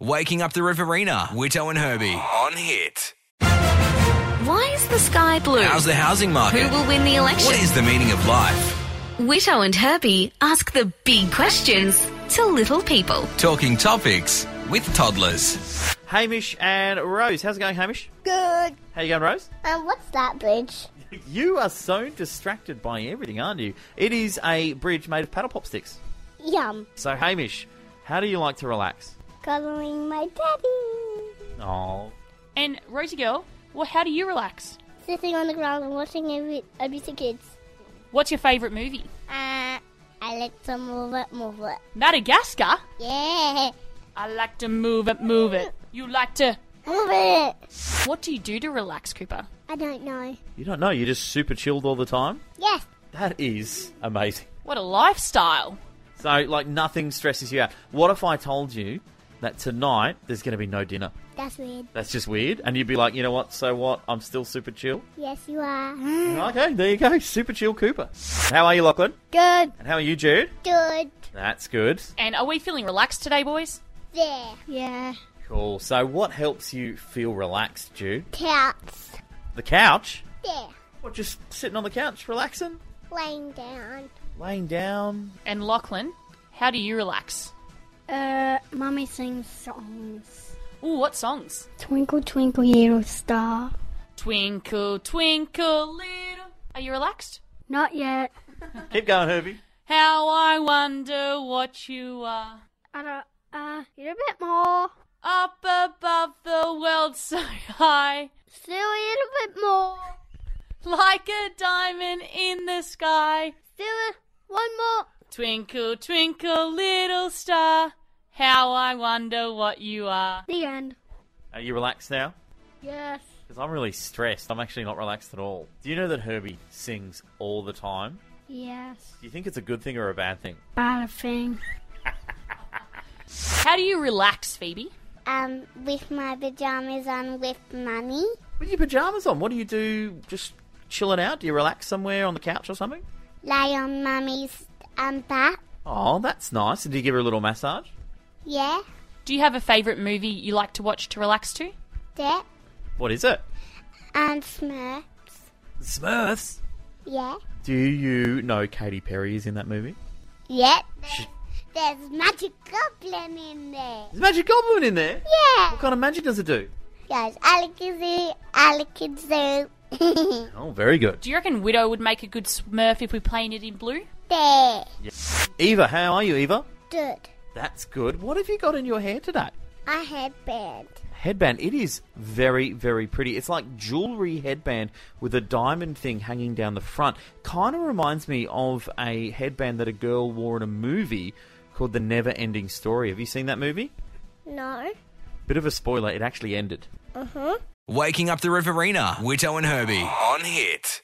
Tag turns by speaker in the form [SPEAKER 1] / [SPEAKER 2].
[SPEAKER 1] Waking Up the Riverina, Witto and Herbie on Hit.
[SPEAKER 2] Why is the sky blue?
[SPEAKER 1] How's the housing
[SPEAKER 2] Who
[SPEAKER 1] market?
[SPEAKER 2] will win the election?
[SPEAKER 1] What is the meaning of life?
[SPEAKER 2] Witto and Herbie ask the big questions to little people.
[SPEAKER 1] Talking topics with toddlers.
[SPEAKER 3] Hamish and Rose. How's it going, Hamish?
[SPEAKER 4] Good.
[SPEAKER 3] How you going, Rose?
[SPEAKER 4] Um, what's that bridge?
[SPEAKER 3] You are so distracted by everything, aren't you? It is a bridge made of paddle pop sticks.
[SPEAKER 4] Yum.
[SPEAKER 3] So, Hamish, how do you like to relax?
[SPEAKER 4] Cuddling my daddy.
[SPEAKER 3] Oh,
[SPEAKER 5] And Rosie Girl, well, how do you relax?
[SPEAKER 4] Sitting on the ground and watching every abusing kids.
[SPEAKER 5] What's your favourite movie?
[SPEAKER 4] Uh, I like to move it, move it.
[SPEAKER 5] Madagascar?
[SPEAKER 4] Yeah.
[SPEAKER 5] I like to move it, move it. You like to.
[SPEAKER 4] Move it.
[SPEAKER 5] What do you do to relax, Cooper?
[SPEAKER 4] I don't know.
[SPEAKER 3] you don't know. You're just super chilled all the time.
[SPEAKER 4] Yes.
[SPEAKER 3] That is amazing.
[SPEAKER 5] What a lifestyle.
[SPEAKER 3] So, like, nothing stresses you out. What if I told you that tonight there's going to be no dinner?
[SPEAKER 4] That's weird.
[SPEAKER 3] That's just weird. And you'd be like, you know what? So what? I'm still super chill.
[SPEAKER 4] Yes, you are.
[SPEAKER 3] Okay, there you go. Super chill, Cooper. How are you, Lachlan?
[SPEAKER 4] Good.
[SPEAKER 3] And how are you, Jude?
[SPEAKER 4] Good.
[SPEAKER 3] That's good.
[SPEAKER 5] And are we feeling relaxed today, boys?
[SPEAKER 4] There. Yeah.
[SPEAKER 3] Cool. So, what helps you feel relaxed, Jude?
[SPEAKER 4] Couch.
[SPEAKER 3] The couch?
[SPEAKER 4] There.
[SPEAKER 3] Or just sitting on the couch, relaxing?
[SPEAKER 4] Laying down.
[SPEAKER 3] Laying down?
[SPEAKER 5] And Lachlan, how do you relax?
[SPEAKER 6] Uh, mummy sings songs.
[SPEAKER 5] Ooh, what songs?
[SPEAKER 6] Twinkle, twinkle, little star.
[SPEAKER 5] Twinkle, twinkle, little. Are you relaxed?
[SPEAKER 6] Not yet.
[SPEAKER 3] Keep going, Herbie.
[SPEAKER 5] How I wonder what you are.
[SPEAKER 6] I don't. Uh, get a bit more.
[SPEAKER 5] Up above the world so high,
[SPEAKER 6] Still a little bit more.
[SPEAKER 5] like a diamond in the sky.
[SPEAKER 6] Still a, one more.
[SPEAKER 5] Twinkle, twinkle, little star, how I wonder what you are.
[SPEAKER 6] The end.
[SPEAKER 3] Are you relaxed now?
[SPEAKER 6] Yes.
[SPEAKER 3] Because I'm really stressed. I'm actually not relaxed at all. Do you know that Herbie sings all the time?
[SPEAKER 6] Yes.
[SPEAKER 3] Do you think it's a good thing or a bad thing?
[SPEAKER 6] Bad thing.
[SPEAKER 5] How do you relax, Phoebe?
[SPEAKER 4] Um, with my pajamas on with mummy.
[SPEAKER 3] With your pajamas on, what do you do? Just chilling out? Do you relax somewhere on the couch or something?
[SPEAKER 4] Lay on mummy's um back.
[SPEAKER 3] Oh, that's nice. And do you give her a little massage?
[SPEAKER 4] Yeah.
[SPEAKER 5] Do you have a favourite movie you like to watch to relax to?
[SPEAKER 4] There.
[SPEAKER 3] What is it?
[SPEAKER 4] And Smurf.
[SPEAKER 3] Smurfs.
[SPEAKER 4] Yeah.
[SPEAKER 3] Do you know Katy Perry is in that movie?
[SPEAKER 4] Yeah.
[SPEAKER 3] Sh-
[SPEAKER 4] There's magic goblin in there.
[SPEAKER 3] There's Magic Goblin in there. What
[SPEAKER 4] Yeah.
[SPEAKER 3] kind of magic does it do?
[SPEAKER 4] Guys, Alakazoo, Alakazoo.
[SPEAKER 3] Oh, very good.
[SPEAKER 5] Do you reckon Widow would make a good smurf if we painted in blue?
[SPEAKER 4] there.
[SPEAKER 3] Eva, how are you, Eva?
[SPEAKER 4] Good.
[SPEAKER 3] That's good. What have you got in your hair today?
[SPEAKER 4] A headband.
[SPEAKER 3] Headband. It is very, very pretty. It's like jewelry headband with a diamond thing hanging down the front. Kind of reminds me of a headband that a girl wore in a movie called The Never Ending Story. Have you seen that movie?
[SPEAKER 4] No.
[SPEAKER 3] Bit of a spoiler, it actually ended.
[SPEAKER 4] Uh huh.
[SPEAKER 1] Waking Up the Riverina, Witto and Herbie on Hit.